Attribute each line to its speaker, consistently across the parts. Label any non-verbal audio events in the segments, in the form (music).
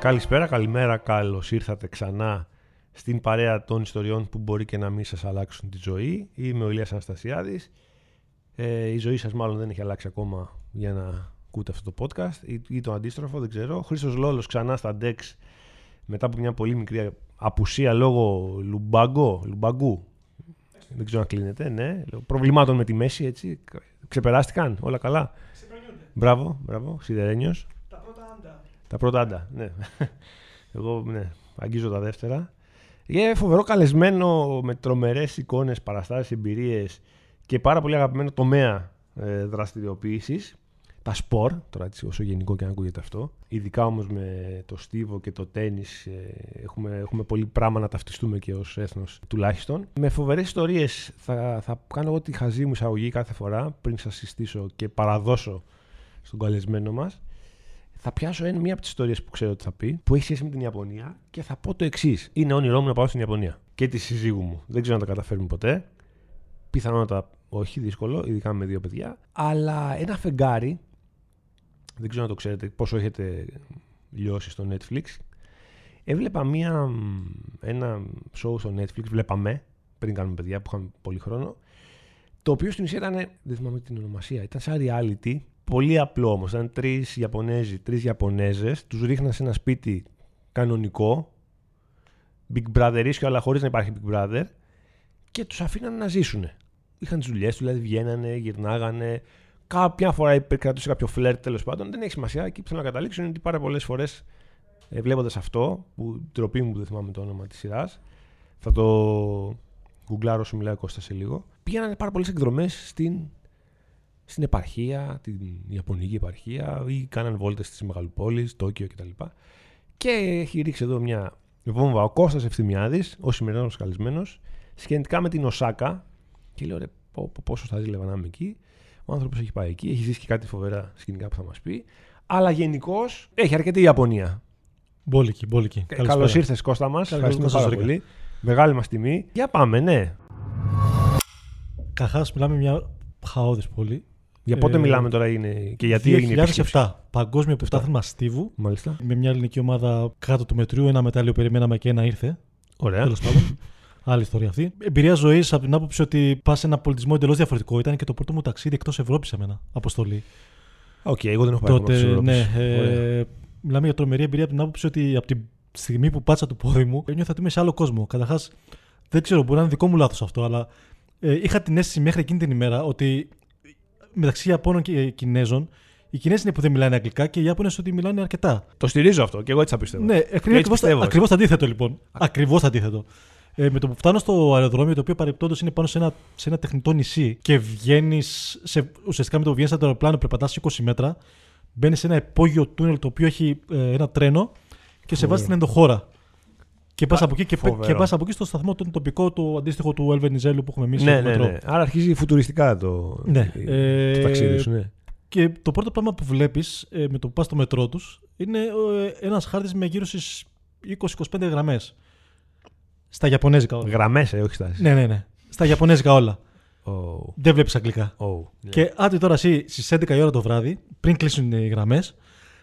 Speaker 1: Καλησπέρα, καλημέρα, καλώς ήρθατε ξανά στην παρέα των ιστοριών που μπορεί και να μην σας αλλάξουν τη ζωή. Είμαι ο Ηλίας Αναστασιάδης. Ε, η ζωή σας μάλλον δεν έχει αλλάξει ακόμα για να ακούτε αυτό το podcast ή, ή το αντίστροφο, δεν ξέρω. Χρήστος Λόλος ξανά στα DEX μετά από μια πολύ μικρή απουσία λόγω λουμπάγκο, λουμπαγκού. Δεν ξέρω αν κλείνεται, ναι. Προβλημάτων με τη μέση, έτσι. Ξεπεράστηκαν, όλα καλά.
Speaker 2: Ξεπερνιούνται.
Speaker 1: Μπράβο, μπράβο, σιδερένιος.
Speaker 2: Τα πρώτα άντα.
Speaker 1: Τα πρώτα άντα, ναι. Εγώ, ναι, αγγίζω τα δεύτερα. Για φοβερό καλεσμένο με τρομερές εικόνες, παραστάσεις, εμπειρίες και πάρα πολύ αγαπημένο τομέα ε, δραστηριοποίησης. Τα σπορ, τώρα έτσι, όσο γενικό και αν ακούγεται αυτό. Ειδικά όμως με το στίβο και το τένις ε, έχουμε, έχουμε πολύ πράγμα να ταυτιστούμε και ως έθνος τουλάχιστον. Με φοβερές ιστορίες θα, θα κάνω εγώ τη χαζή μου εισαγωγή κάθε φορά πριν σας συστήσω και παραδώσω στον καλεσμένο μας. Θα πιάσω εν- μία από τις ιστορίες που ξέρω ότι θα πει, που έχει σχέση με την Ιαπωνία και θα πω το εξής. Είναι όνειρό μου να πάω στην Ιαπωνία και τη συζύγου μου. Δεν ξέρω αν τα καταφέρουμε ποτέ. Πιθανότατα όχι, δύσκολο, ειδικά με δύο παιδιά. Αλλά ένα φεγγάρι, δεν ξέρω αν το ξέρετε πόσο έχετε λιώσει στο Netflix. Έβλεπα μία, μ, ένα show στο Netflix, βλέπαμε πριν κάνουμε παιδιά που είχαμε πολύ χρόνο, το οποίο στην ουσία ήταν, δεν θυμάμαι την ονομασία, ήταν σαν reality. Πολύ απλό όμως. Ήταν τρεις Ιαπωνέζοι, τρεις Ιαπωνέζες. Τους ρίχναν σε ένα σπίτι κανονικό, Big Brother ίσιο, αλλά χωρίς να υπάρχει Big Brother, και τους αφήναν να ζήσουν. Είχαν τις δουλειές τους, δηλαδή βγαίνανε, γυρνάγανε. Κάποια φορά επικρατούσε κάποιο φλερ τέλος πάντων. Δεν έχει σημασία. Εκεί που θέλω να καταλήξω είναι ότι πάρα πολλές φορές ε, βλέποντας αυτό, που ντροπή μου που δεν θυμάμαι το όνομα της σειράς, θα το γκουγκλάρω σου μιλάει ο Κώστας σε λίγο. Πήγαιναν πάρα πολλές εκδρομές στην, στην επαρχία, την Ιαπωνική επαρχία, ή κάναν βόλτες στι μεγαλοπόλει, Τόκιο κτλ. Και έχει ρίξει εδώ μια βόμβα ο Κώστας Ευθυμιάδης, ο σημερινός μας καλεσμένος, σχετικά με την Οσάκα. Και λέω ρε, πω, πω, πόσο θα ζήλευα να είμαι εκεί. Ο άνθρωπος έχει πάει εκεί, έχει ζήσει και κάτι φοβερά σκηνικά που θα μας πει. Αλλά γενικώς έχει αρκετή Ιαπωνία.
Speaker 2: Μπόλικη, μπόλικη.
Speaker 1: Ε,
Speaker 2: Καλησπέρα.
Speaker 1: Καλώς ήρθες Κώστα μας. Ευχαριστούμε
Speaker 2: Κώστα,
Speaker 1: πάρα
Speaker 2: Ζωρίκα.
Speaker 1: πολύ. Μεγάλη μας τιμή. Για πάμε, ναι.
Speaker 2: Καταρχάς, μιλάμε μια χαόδης πόλη.
Speaker 1: Για πότε
Speaker 2: Ε,
Speaker 1: μιλάμε τώρα είναι και γιατί έγινε η επίσκεψη.
Speaker 2: 2007. Παγκόσμιο πρωτάθλημα Στίβου.
Speaker 1: Μάλιστα.
Speaker 2: Με μια ελληνική ομάδα κάτω του μετρίου. Ένα μετάλλιο περιμέναμε και ένα
Speaker 1: Ε.
Speaker 2: ήρθε.
Speaker 1: Ωραία.
Speaker 2: Τέλος πάντων. Άλλη ιστορία αυτή. Εμπειρία ζωής από την άποψη ότι πας σε ένα πολιτισμό εντελώς διαφορετικό. Ήταν και το πρώτο μου ταξίδι εκτός Ευρώπης σε μένα. Αποστολή.
Speaker 1: Οκ, εγώ δεν έχω πάει ακόμα
Speaker 2: Τότε,
Speaker 1: στις
Speaker 2: ναι.
Speaker 1: Ευρώπης. Ωραία.
Speaker 2: Ε, μιλάμε για τρομερή εμπειρία από την άποψη ότι από τη στιγμή που πάτσα το πόδι μου, ένιωθα ότι είμαι σε άλλο κόσμο. Καταρχάς, δεν ξέρω, μπορεί να είναι δικό μου λάθος αυτό, αλλά ε, είχα την αίσθηση μέχρι εκείνη την ημέρα ότι μεταξύ Ιαπώνων και Κινέζων, οι Κινέζοι είναι που δεν μιλάνε αγγλικά και οι Ιάπωνες ότι μιλάνε αρκετά.
Speaker 1: Το στηρίζω αυτό και εγώ έτσι θα πιστεύω.
Speaker 2: Ναι,
Speaker 1: έτσι πιστεύω.
Speaker 2: ακριβώ αντίθετο λοιπόν. Ακριβώ αντίθετο. Ε, με το που φτάνω στο αεροδρόμιο, το οποίο παρεπτόντως είναι πάνω σε ένα, σε ένα τεχνητό νησί και βγαίνεις. Ουσιαστικά με το που βγαίνεις από το αεροπλάνο, περπατάς 20 μέτρα, μπαίνεις σε ένα υπόγειο τούνελ το οποίο έχει ε, ένα τρένο και σε βάζει στην ενδοχώρα. Και πας από, εκεί και,
Speaker 1: φοβερό.
Speaker 2: και πας από εκεί στο σταθμό, τον τοπικό, το αντίστοιχο του Ελβενιζέλου που έχουμε εμείς
Speaker 1: ναι, ναι, ναι. Άρα αρχίζει φουτουριστικά το,
Speaker 2: Ναι,
Speaker 1: το
Speaker 2: ε,
Speaker 1: ταξίδι σου. Ναι.
Speaker 2: Και το πρώτο πράγμα που βλέπεις με το που πας στο μετρό τους είναι ένας χάρτης με γύρω στις 20-25 γραμμές. Στα Ιαπωνέζικα όλα.
Speaker 1: Γραμμές, ε, όχι στάσει.
Speaker 2: Ναι, ναι, ναι. Στα Ιαπωνέζικα όλα.
Speaker 1: Oh.
Speaker 2: Δεν βλέπεις αγγλικά.
Speaker 1: Oh. Ναι.
Speaker 2: Και άντε τώρα εσύ στις 11 η ώρα το βράδυ, πριν κλείσουν ε, οι γραμμές,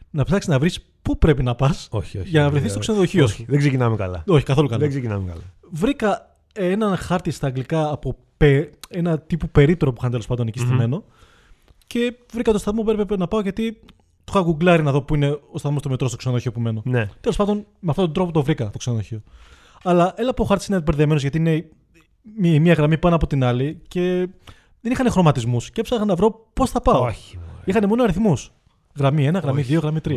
Speaker 2: να ψάξεις να βρεις πού πρέπει να πας
Speaker 1: Όχι, όχι.
Speaker 2: για να
Speaker 1: δεν-
Speaker 2: βρεθείς στο ξενοδοχείο
Speaker 1: όχι,
Speaker 2: σου.
Speaker 1: Δεν ξεκινάμε καλά.
Speaker 2: Όχι, καθόλου καλά.
Speaker 1: Δεν ξεκινάμε καλά.
Speaker 2: Βρήκα έναν χάρτη στα αγγλικά από πε- ένα τύπου περίπτερο που είχαν τέλος πάντων εκεί στημένο. Και βρήκα το σταθμό που έπρεπε να πάω γιατί το είχα γκουγκλάρει να δω που είναι ο σταθμός του μετρό στο ξενοδοχείο που μένω.
Speaker 1: Ναι.
Speaker 2: Τέλος πάντων, με αυτόν τον τρόπο το βρήκα το ξενοδοχείο. Αλλά έλα που ο χάρτης είναι μπερδεμένος γιατί είναι μία, μία γραμμή πάνω από την άλλη και δεν είχαν χρωματισμούς. Και έψαχνα να βρω πώς θα πάω.
Speaker 1: Όχι. μωρέ.
Speaker 2: Είχαν μόνο αριθμούς. Γραμμή 1, γραμμή
Speaker 1: Όχι.
Speaker 2: 2, γραμμή 3.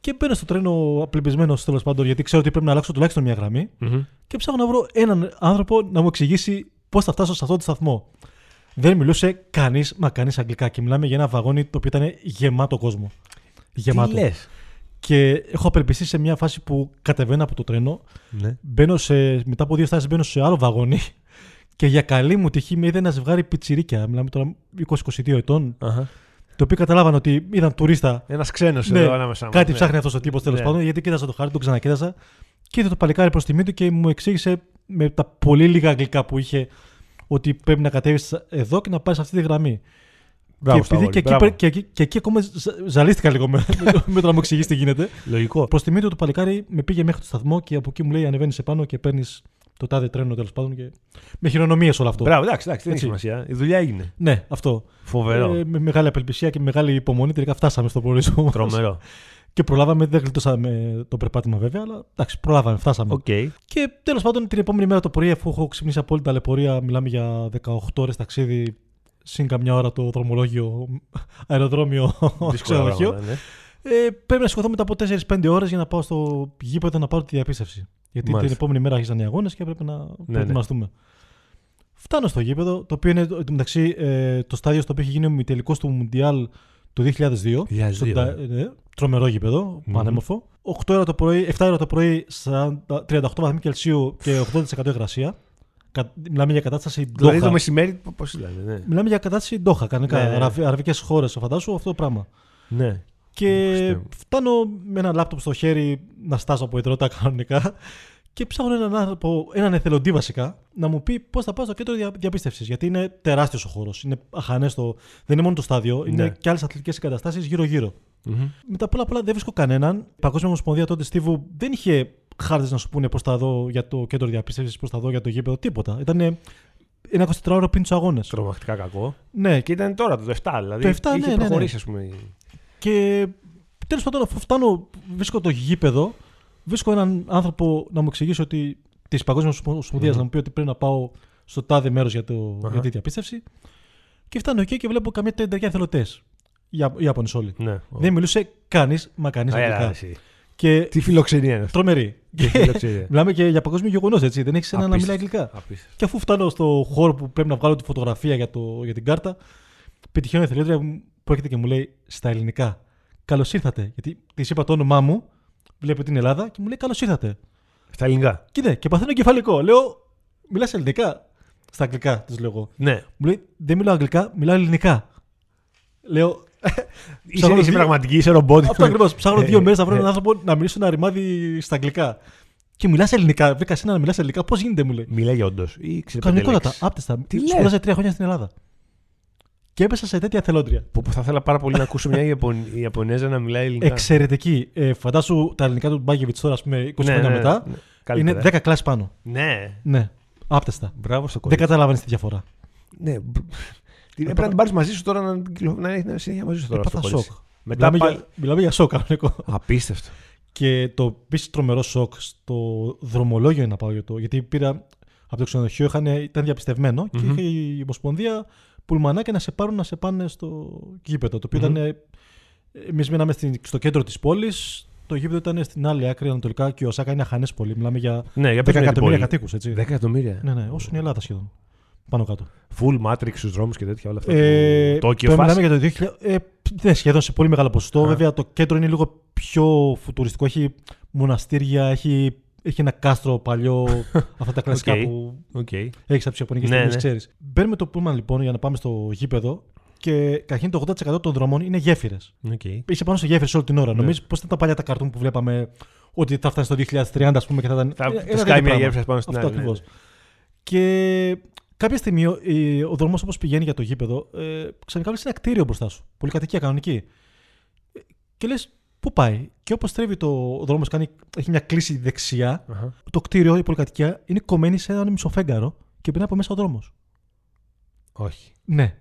Speaker 2: Και μπαίνω στο τρένο απελπισμένος τέλος πάντων γιατί ξέρω ότι πρέπει να αλλάξω τουλάχιστον μία γραμμή
Speaker 1: Μμμ.
Speaker 2: και ψάχνω να βρω έναν άνθρωπο να μου εξηγήσει πώς θα φτάσω σε αυτόν τον σταθμό. Δεν μιλούσε κανείς μα κανείς αγγλικά και μιλάμε για ένα βαγόνι το οποίο ήταν γεμάτο κόσμο. Γεμάτο.
Speaker 1: Τι λες.
Speaker 2: Και έχω απελπιστεί σε μια φάση που κατεβαίνω από το τρένο,
Speaker 1: Ναι.
Speaker 2: μπαίνω σε, μετά από δύο στάσεις μπαίνω σε άλλο βαγόνι (laughs) και για καλή μου τυχή με είδε ένα ζευγάρι πιτσιρίκια. Μιλάμε τώρα 20-22 ετών,
Speaker 1: Αχα.
Speaker 2: το οποίο καταλάβαν ότι ήταν τουρίστα
Speaker 1: Ένας ξένος
Speaker 2: ναι,
Speaker 1: εδώ ανάμεσά μας,
Speaker 2: Κάτι
Speaker 1: ναι.
Speaker 2: ψάχνει αυτός ο τύπος τέλος
Speaker 1: Ναι.
Speaker 2: πάντων, γιατί κοίταζα το χάρτη, τον ξανακοίταζα και είδα το παλικάρι προς τιμή του και μου εξήγησε με τα πολύ λίγα αγγλικά που είχε ότι πρέπει να κατέβεις εδώ και να πάρεις αυτή τη γραμμή.
Speaker 1: Μπράβο,
Speaker 2: και, επειδή
Speaker 1: Σταύρη,
Speaker 2: και, εκεί,
Speaker 1: μπράβο.
Speaker 2: πρέ- και, εκεί, και εκεί ακόμα ζα- ζαλίστηκα λίγο με, (laughs) με το- με το να μου εξηγήσει τι γίνεται.
Speaker 1: Λογικό.
Speaker 2: Προς τιμή του το παλικάρι με πήγε μέχρι το σταθμό και από εκεί μου λέει ανεβαίνεις επάνω και παίρνεις το τάδε τρένο τέλος πάντων. Και... Με χειρονομίες όλο αυτό.
Speaker 1: Μπράβο, εντάξει, εντάξει, δεν έχει
Speaker 2: Έτσι.
Speaker 1: σημασία. Η δουλειά έγινε.
Speaker 2: Ναι, αυτό.
Speaker 1: Φοβερό.
Speaker 2: Ε, με μεγάλη απελπισία και μεγάλη υπομονή τελικά φτάσαμε στο προορισμό. μας.
Speaker 1: Τρομερό.
Speaker 2: Και προλάβαμε, δεν γλιτώσαμε το περπάτημα βέβαια, αλλά εντάξει, προλάβαμε, φτάσαμε.
Speaker 1: Οκ.
Speaker 2: Και τέλος πάντων την επόμενη μέρα το πρωί, αφού έχω ξυπνήσει από όλη τα λεπορία, μιλάμε για 18 ώρες ταξίδι, συν καμιά ώρα το δρομολόγιο, αεροδρόμιο,
Speaker 1: Δύσκολα
Speaker 2: ξενοδοχείο.
Speaker 1: πράγματα, ναι.
Speaker 2: Ε, πρέπει να σηκωθώ μετά από 4-5 ώρες για να πάω στο γήπεδο να πάρω τη διαπίστευση. Γιατί
Speaker 1: Μάλιστα. Ναι,
Speaker 2: την επόμενη μέρα άρχισαν οι αγώνες και έπρεπε να προετοιμαστούμε. Φτάνω στο γήπεδο, το οποίο είναι εν τω μεταξύ ε, το στάδιο στο οποίο έχει γίνει ο μητελικός του Μουντιάλ το 2002.
Speaker 1: 2002,
Speaker 2: Στον τα-
Speaker 1: ε.
Speaker 2: ε, ναι, τρομερό γήπεδο,
Speaker 1: Μμμ.
Speaker 2: πανέμορφο. 8 ώρα το πρωί, 7 ώρα το πρωί, 40 38 βαθμοί Κελσίου και 80% υγρασία. Κα- Μιλάμε για κατάσταση
Speaker 1: Δηλαδή το
Speaker 2: ντόχα.
Speaker 1: μεσημέρι, πώ ήταν. Ναι.
Speaker 2: Μιλάμε για κατάσταση ντόχα, κανονικά.
Speaker 1: Ναι, ναι.
Speaker 2: Αραβικές χώρες, φαντάσου αυτό το πράγμα.
Speaker 1: ναι.
Speaker 2: Και
Speaker 1: Χριστέ μου.
Speaker 2: φτάνω με ένα λάπτοπ στο χέρι να στάσω από ιδρώτα (laughs) κανονικά και ψάχνω έναν άνθρωπο, έναν εθελοντή βασικά, να μου πει πώς θα πάω στο κέντρο διαπίστευσης. Γιατί είναι τεράστιος ο χώρος. Είναι αχανές το. Δεν είναι μόνο το στάδιο, είναι
Speaker 1: Ναι.
Speaker 2: και άλλες αθλητικές εγκαταστάσεις γύρω-γύρω.
Speaker 1: Μμμ.
Speaker 2: Μετά πολλά πολλά δεν βρίσκω κανέναν. Η Παγκόσμια Ομοσπονδία τότε Στίβου δεν είχε χάρτες να σου πούνε πώς θα δω για το κέντρο διαπίστευσης, πώς θα δω για το γήπεδο, τίποτα. Ήταν ένα 24 ώρα πριν τους αγώνες.
Speaker 1: Τρομακτικά κακό.
Speaker 2: Ναι,
Speaker 1: Ε, Και ήταν τώρα το 7, δηλαδή.
Speaker 2: Το 7,
Speaker 1: είχε
Speaker 2: ναι, ναι, ναι.
Speaker 1: προχωρήσει, ας πούμε.
Speaker 2: Και τέλος πάντων, αφού φτάνω, βρίσκω το γήπεδο, βρίσκω έναν άνθρωπο να μου εξηγήσει ότι της Παγκόσμιας Ομοσπονδίας
Speaker 1: Μμμ.
Speaker 2: να μου πει ότι πρέπει να πάω στο τάδε μέρος για, το-
Speaker 1: Αχα.
Speaker 2: για τη διαπίστευση. Και φτάνω εκεί και βλέπω καμία τριανταριά εθελοντές. Ιάπωνες όλοι.
Speaker 1: Ναι.
Speaker 2: Δεν μιλούσε κανείς, μα κανείς
Speaker 1: Έλα,
Speaker 2: αγγλικά.
Speaker 1: εσύ. Ναι.
Speaker 2: Και
Speaker 1: Τι φιλοξενία είναι (laughs) αυτή.
Speaker 2: τρομερή.
Speaker 1: Τι φιλοξενία.
Speaker 2: Μιλάμε και για παγκόσμιο γεγονός, έτσι. Δεν έχει έναν να μιλάει
Speaker 1: Απίστευτο.
Speaker 2: αγγλικά.
Speaker 1: Απίστευτο.
Speaker 2: Και αφού φτάνω στο χώρο που πρέπει να βγάλω τη φωτογραφία για, το, για την κάρτα, πετυχαίνω η εθελόντρια μου που έρχεται και μου λέει στα ελληνικά. Καλώς ήρθατε. Γιατί της είπα το όνομά μου, βλέπει την Ελλάδα και μου λέει Καλώς ήρθατε.
Speaker 1: Στα ελληνικά.
Speaker 2: Και ναι, και παθαίνω κεφαλικό. Λέω, Μιλάς ελληνικά. Στα αγγλικά, της λέω εγώ.
Speaker 1: Ναι.
Speaker 2: Μου λέει Δεν μιλάω αγγλικά, μιλάω ελληνικά. Λέω.
Speaker 1: Είσαι, είσαι
Speaker 2: δύο-
Speaker 1: πραγματική, είσαι ρομπότ.
Speaker 2: Αυτό ακριβώς. Ψάχνω δύο μέρες να βρω
Speaker 1: Ε,
Speaker 2: έναν άνθρωπο να μιλήσω ένα ρημάδι στα αγγλικά. Και μιλάς ελληνικά. Βρήκα εσένα να μιλάς ελληνικά. Πώς γίνεται, μου λέει.
Speaker 1: Μιλάει όντως. Ή ξέρει
Speaker 2: Κανονικότατα, άπτεστα.
Speaker 1: Τι λες?
Speaker 2: Σπούδασα τρία χρόνια στην Ελλάδα. Και έπεσα σε τέτοια θελόντρια.
Speaker 1: Που, που θα ήθελα πάρα πολύ να ακούσω μια Ιαπων... Ιαπωνέζα να μιλάει ελληνικά.
Speaker 2: Εξαιρετική. Ε, φαντάσου τα ελληνικά του Μπάγκεβιτ τώρα, ας πούμε, 20 χρόνια μετά.
Speaker 1: ναι. Καλύτερα,
Speaker 2: Είναι
Speaker 1: ε.
Speaker 2: 10 κλάσεις πάνω.
Speaker 1: Ναι.
Speaker 2: Ναι, άπτεστα.
Speaker 1: Μπράβο στο
Speaker 2: Δεν
Speaker 1: κορίτσι.
Speaker 2: καταλάβαινες τη διαφορά.
Speaker 1: Ναι. μπ- Την- Έπρεπε να την πάρεις μαζί σου τώρα να την κυκλο- να έχεις συνέχεια μαζί σου τώρα.
Speaker 2: Έπαθα
Speaker 1: αυτό το
Speaker 2: σοκ.
Speaker 1: κορίτσι. Μετά
Speaker 2: Μιλάμε,
Speaker 1: πάλι.
Speaker 2: για, μιλάμε για σοκ κανονικό.
Speaker 1: Απίστευτο.
Speaker 2: Και το επίσης τρομερό σοκ στο δρομολόγιο να πάω για το. Γιατί πήρα από το ξενοδοχείο, είχαν, ήταν διαπιστευμένο και
Speaker 1: Μμμ.
Speaker 2: είχε η Ομοσπονδία πουλμανάκια να σε πάρουν να σε πάνε στο γήπεδο. Το οποίο
Speaker 1: Μμμ.
Speaker 2: ήταν. Εμείς μείναμε στην- στο κέντρο της πόλης. Το γήπεδο ήταν στην άλλη άκρη ανατολικά και η Οσάκα είναι αχανές πολύ. Μιλάμε για 10
Speaker 1: Ναι, για πες μου για την πόλη.
Speaker 2: εκατομμύρια κατοίκους, έτσι.
Speaker 1: 10 εκατομμύρια.
Speaker 2: Ναι, ναι, όσο είναι η Ελλάδα σχεδόν. Πάνω κάτω.
Speaker 1: Full Matrix στους δρόμους και τέτοια όλα αυτά.
Speaker 2: Ε,
Speaker 1: Το Tokyo
Speaker 2: τώρα
Speaker 1: φάση.
Speaker 2: μιλάμε για το 2000. Ε, ναι, σχεδόν σε πολύ μεγάλο ποσοστό.
Speaker 1: Α.
Speaker 2: Βέβαια, το κέντρο είναι λίγο πιο φουτουριστικό. Έχει μοναστήρια, έχει, έχει ένα
Speaker 1: (laughs)
Speaker 2: κάστρο παλιό. αυτά τα κλασικά
Speaker 1: Οκ.
Speaker 2: που
Speaker 1: Οκ.
Speaker 2: έχεις από τις Ιαπωνικές
Speaker 1: Ναι,
Speaker 2: ταινίε,
Speaker 1: ναι.
Speaker 2: ξέρεις. Μπαίνουμε το Πούλμαν λοιπόν για να πάμε στο γήπεδο και καταρχήν το 80% των δρομών είναι γέφυρες.
Speaker 1: Οκ.
Speaker 2: Είσαι πάνω σε γέφυρες όλη την ώρα.
Speaker 1: Ναι.
Speaker 2: Νομίζεις πώ ήταν τα παλιά τα καρτούν που βλέπαμε ότι θα φτάσει το 2030, ας πούμε, και θα ήταν.
Speaker 1: Θα
Speaker 2: ένα
Speaker 1: θα
Speaker 2: τέτοιο
Speaker 1: σκάει μια
Speaker 2: πράγμα.
Speaker 1: γέφυρα πάνω στην
Speaker 2: Αυτό
Speaker 1: άλλη. ναι.
Speaker 2: ακριβώς. Και κάποια στιγμή ο- η- ο δρόμος όπως πηγαίνει για το γήπεδο, ε, ξαφνικά βλέπεις ένα κτίριο μπροστά σου. Πολυκατοικία κανονική. Ε, Και λες, πού πάει. Και όπως τρέβει το, ο δρόμο, έχει μια κλίση δεξιά.
Speaker 1: Αχα.
Speaker 2: Το κτίριο, η πολυκατοικία, είναι κομμένη σε έναν μισοφέγγαρο και περνάει από μέσα ο δρόμος.
Speaker 1: Όχι.
Speaker 2: Ναι.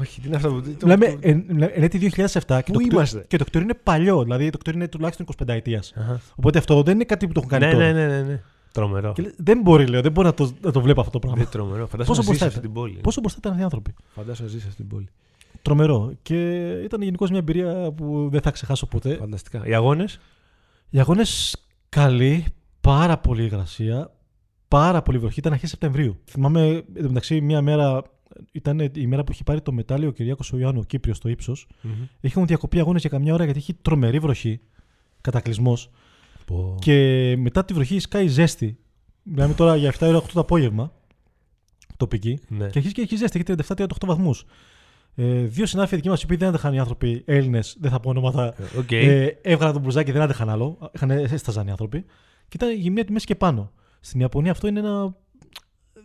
Speaker 1: Όχι, τι είναι αυτό που. το-
Speaker 2: Λέμε
Speaker 1: το-
Speaker 2: εν έτη 2007
Speaker 1: Πού
Speaker 2: και το, κτίριο- ναι.
Speaker 1: είμαστε?
Speaker 2: και το κτίριο είναι παλιό. Δηλαδή το κτίριο είναι τουλάχιστον 25 ετία.
Speaker 1: Αχα.
Speaker 2: Οπότε αυτό δεν είναι κάτι που το έχουν κάνει
Speaker 1: Ναι,
Speaker 2: τώρα.
Speaker 1: ναι, ναι, ναι, ναι. Τρομερό.
Speaker 2: Και λες, δεν μπορεί, λέω, δεν μπορώ να το, να το βλέπω αυτό το πράγμα.
Speaker 1: Δεν τρομερό. Φαντάζομαι
Speaker 2: Πόσο
Speaker 1: να ζεις
Speaker 2: μπροστά
Speaker 1: αυτή
Speaker 2: ήταν.
Speaker 1: την πόλη.
Speaker 2: Πόσο μπροστά ήταν αυτοί οι άνθρωποι.
Speaker 1: Φαντάζομαι να ζεις σε αυτή την πόλη.
Speaker 2: Τρομερό. Και ήταν γενικώς μια εμπειρία που δεν θα ξεχάσω ποτέ.
Speaker 1: Ε, Φανταστικά. Οι αγώνες.
Speaker 2: Οι αγώνες καλοί, πάρα πολύ υγρασία, πάρα πολύ βροχή. Ήταν αρχές Σεπτεμβρίου. Θυμάμαι εν τω μεταξύ μια μέρα, ήταν η μέρα που είχε πάρει το μετάλλιο ο Κυριάκος Ιωάννου, ο Κύπριος στο ύψος. Είχαν διακοπεί αγώνες για καμιά ώρα γιατί είχε τρομερή βροχή. Κατακλυσμός. Και μετά τη βροχή σκάει ζέστη. Μιλάμε τώρα για 7 ώρα 8 το απόγευμα. Τοπική.
Speaker 1: Ναι.
Speaker 2: Και αρχίζει και έχει ζέστη, έχει 37-38 βαθμούς. Ε, δύο συνάδελφοι δικοί μας, οι οποίοι δεν άντεχαν οι άνθρωποι Έλληνες, δεν θα πω ονόματα,
Speaker 1: Οκ.
Speaker 2: ε, έβγαλαν τον μπουζάκι, δεν άντεχαν άλλο. Είχαν, έσταζαν οι άνθρωποι. Και ήταν γυμνία από τη μέση και πάνω. Στην Ιαπωνία αυτό είναι ένα.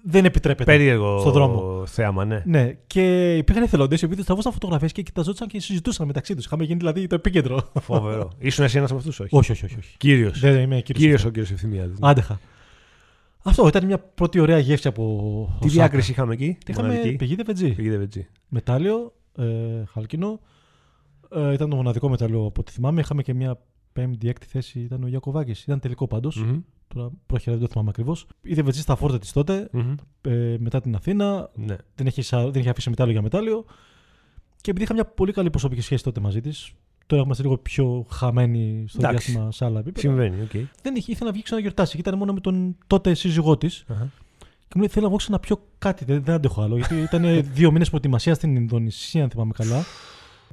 Speaker 2: δεν επιτρέπεται
Speaker 1: Περίεργο
Speaker 2: στον δρόμο.
Speaker 1: θέαμα, ναι.
Speaker 2: Ναι, και υπήρχαν εθελοντές οι οποίοι τραβούσαν φωτογραφίες και κοιταζόντουσαν και συζητούσαν μεταξύ τους. Είχαμε γίνει δηλαδή το επίκεντρο.
Speaker 1: Φοβερό. Ήσουν εσύ ένας από αυτούς, όχι.
Speaker 2: (laughs) όχι, όχι, όχι. όχι.
Speaker 1: Κύριος.
Speaker 2: Δεν είμαι κύριος.
Speaker 1: ο ναι. κύριο Ευθυμία.
Speaker 2: Άντεχα. Αυτό ήταν μια πρώτη ωραία γεύση από.
Speaker 1: Τι
Speaker 2: Osaka.
Speaker 1: διάκριση είχαμε εκεί,
Speaker 2: Είχαμε
Speaker 1: μοναδική.
Speaker 2: πηγή DFG.
Speaker 1: Πηγή DVG.
Speaker 2: μετάλλιο, ε, χαλκινό. Ε, ήταν το μοναδικό μετάλλιο από ό,τι θυμάμαι. Είχαμε και μια πέμπτη, έκτη θέση, ήταν ο Γιακοβάκης. Ήταν τελικό πάντως.
Speaker 1: Μμμ.
Speaker 2: Τώρα πρόχειρα δεν το θυμάμαι ακριβώς. Η Δεβετζή στα φόρτα της τότε,
Speaker 1: Μμμ.
Speaker 2: ε, μετά την Αθήνα.
Speaker 1: Ναι.
Speaker 2: Δεν είχε, σα- δεν είχε αφήσει μετάλλιο για μετάλλιο. Και επειδή είχα μια πολύ καλή προσωπική σχέση τότε μαζί της, τώρα είμαστε λίγο πιο χαμένοι στο
Speaker 1: Εντάξει.
Speaker 2: διάστημα σε άλλα επίπεδα.
Speaker 1: Συμβαίνει, οκ.
Speaker 2: Δεν είχε, ήθελε να βγει ξαναγιορτάσει. Ήταν μόνο με τον τότε σύζυγό της.
Speaker 1: Αχα.
Speaker 2: Και μου λέει: Θέλω να βγω ξαναπιω κάτι. Δεν, δεν αντέχω άλλο. Γιατί ήταν δύο μήνες προετοιμασίας στην Ινδονησία, αν θυμάμαι καλά.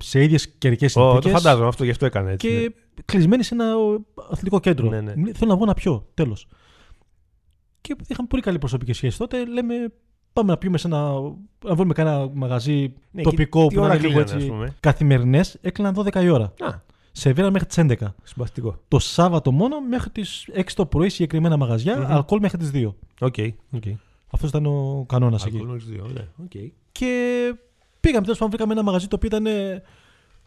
Speaker 2: Σε ίδιες καιρικές
Speaker 1: Ω,
Speaker 2: συνθήκε.
Speaker 1: Το φαντάζομαι αυτό, γι' αυτό έκανε έτσι. ναι.
Speaker 2: Και κλεισμένη σε ένα ο, αθλητικό κέντρο.
Speaker 1: Ναι, ναι.
Speaker 2: Μου λέει, Θέλω να βγω να πιω. Τέλος. Και επειδή είχαμε πολύ καλή προσωπική σχέση τότε, λέμε: Πάμε να πιούμε σε ένα. να βρούμε κανένα μαγαζί
Speaker 1: Ναι,
Speaker 2: τοπικό
Speaker 1: και τι
Speaker 2: που να
Speaker 1: ώρα
Speaker 2: είναι λίγο
Speaker 1: κλείνανε, ας
Speaker 2: έτσι.
Speaker 1: πούμε.
Speaker 2: Καθημερινές έκλειναν 12 η ώρα.
Speaker 1: Α,
Speaker 2: Σερβίρα μέχρι τις 11.
Speaker 1: συμπαθητικό.
Speaker 2: Το Σάββατο μόνο μέχρι τις 6 το πρωί συγκεκριμένα μαγαζιά,
Speaker 1: Μμμ.
Speaker 2: αλκοόλ μέχρι τις 2.
Speaker 1: Οκ. οκ.
Speaker 2: Αυτός ήταν ο κανόνας εκεί.
Speaker 1: Αλκοόλ δύο, ναι. Οκ.
Speaker 2: Και πήγαμε τέλος πάντων, βρήκαμε ένα μαγαζί το οποίο ήταν ε,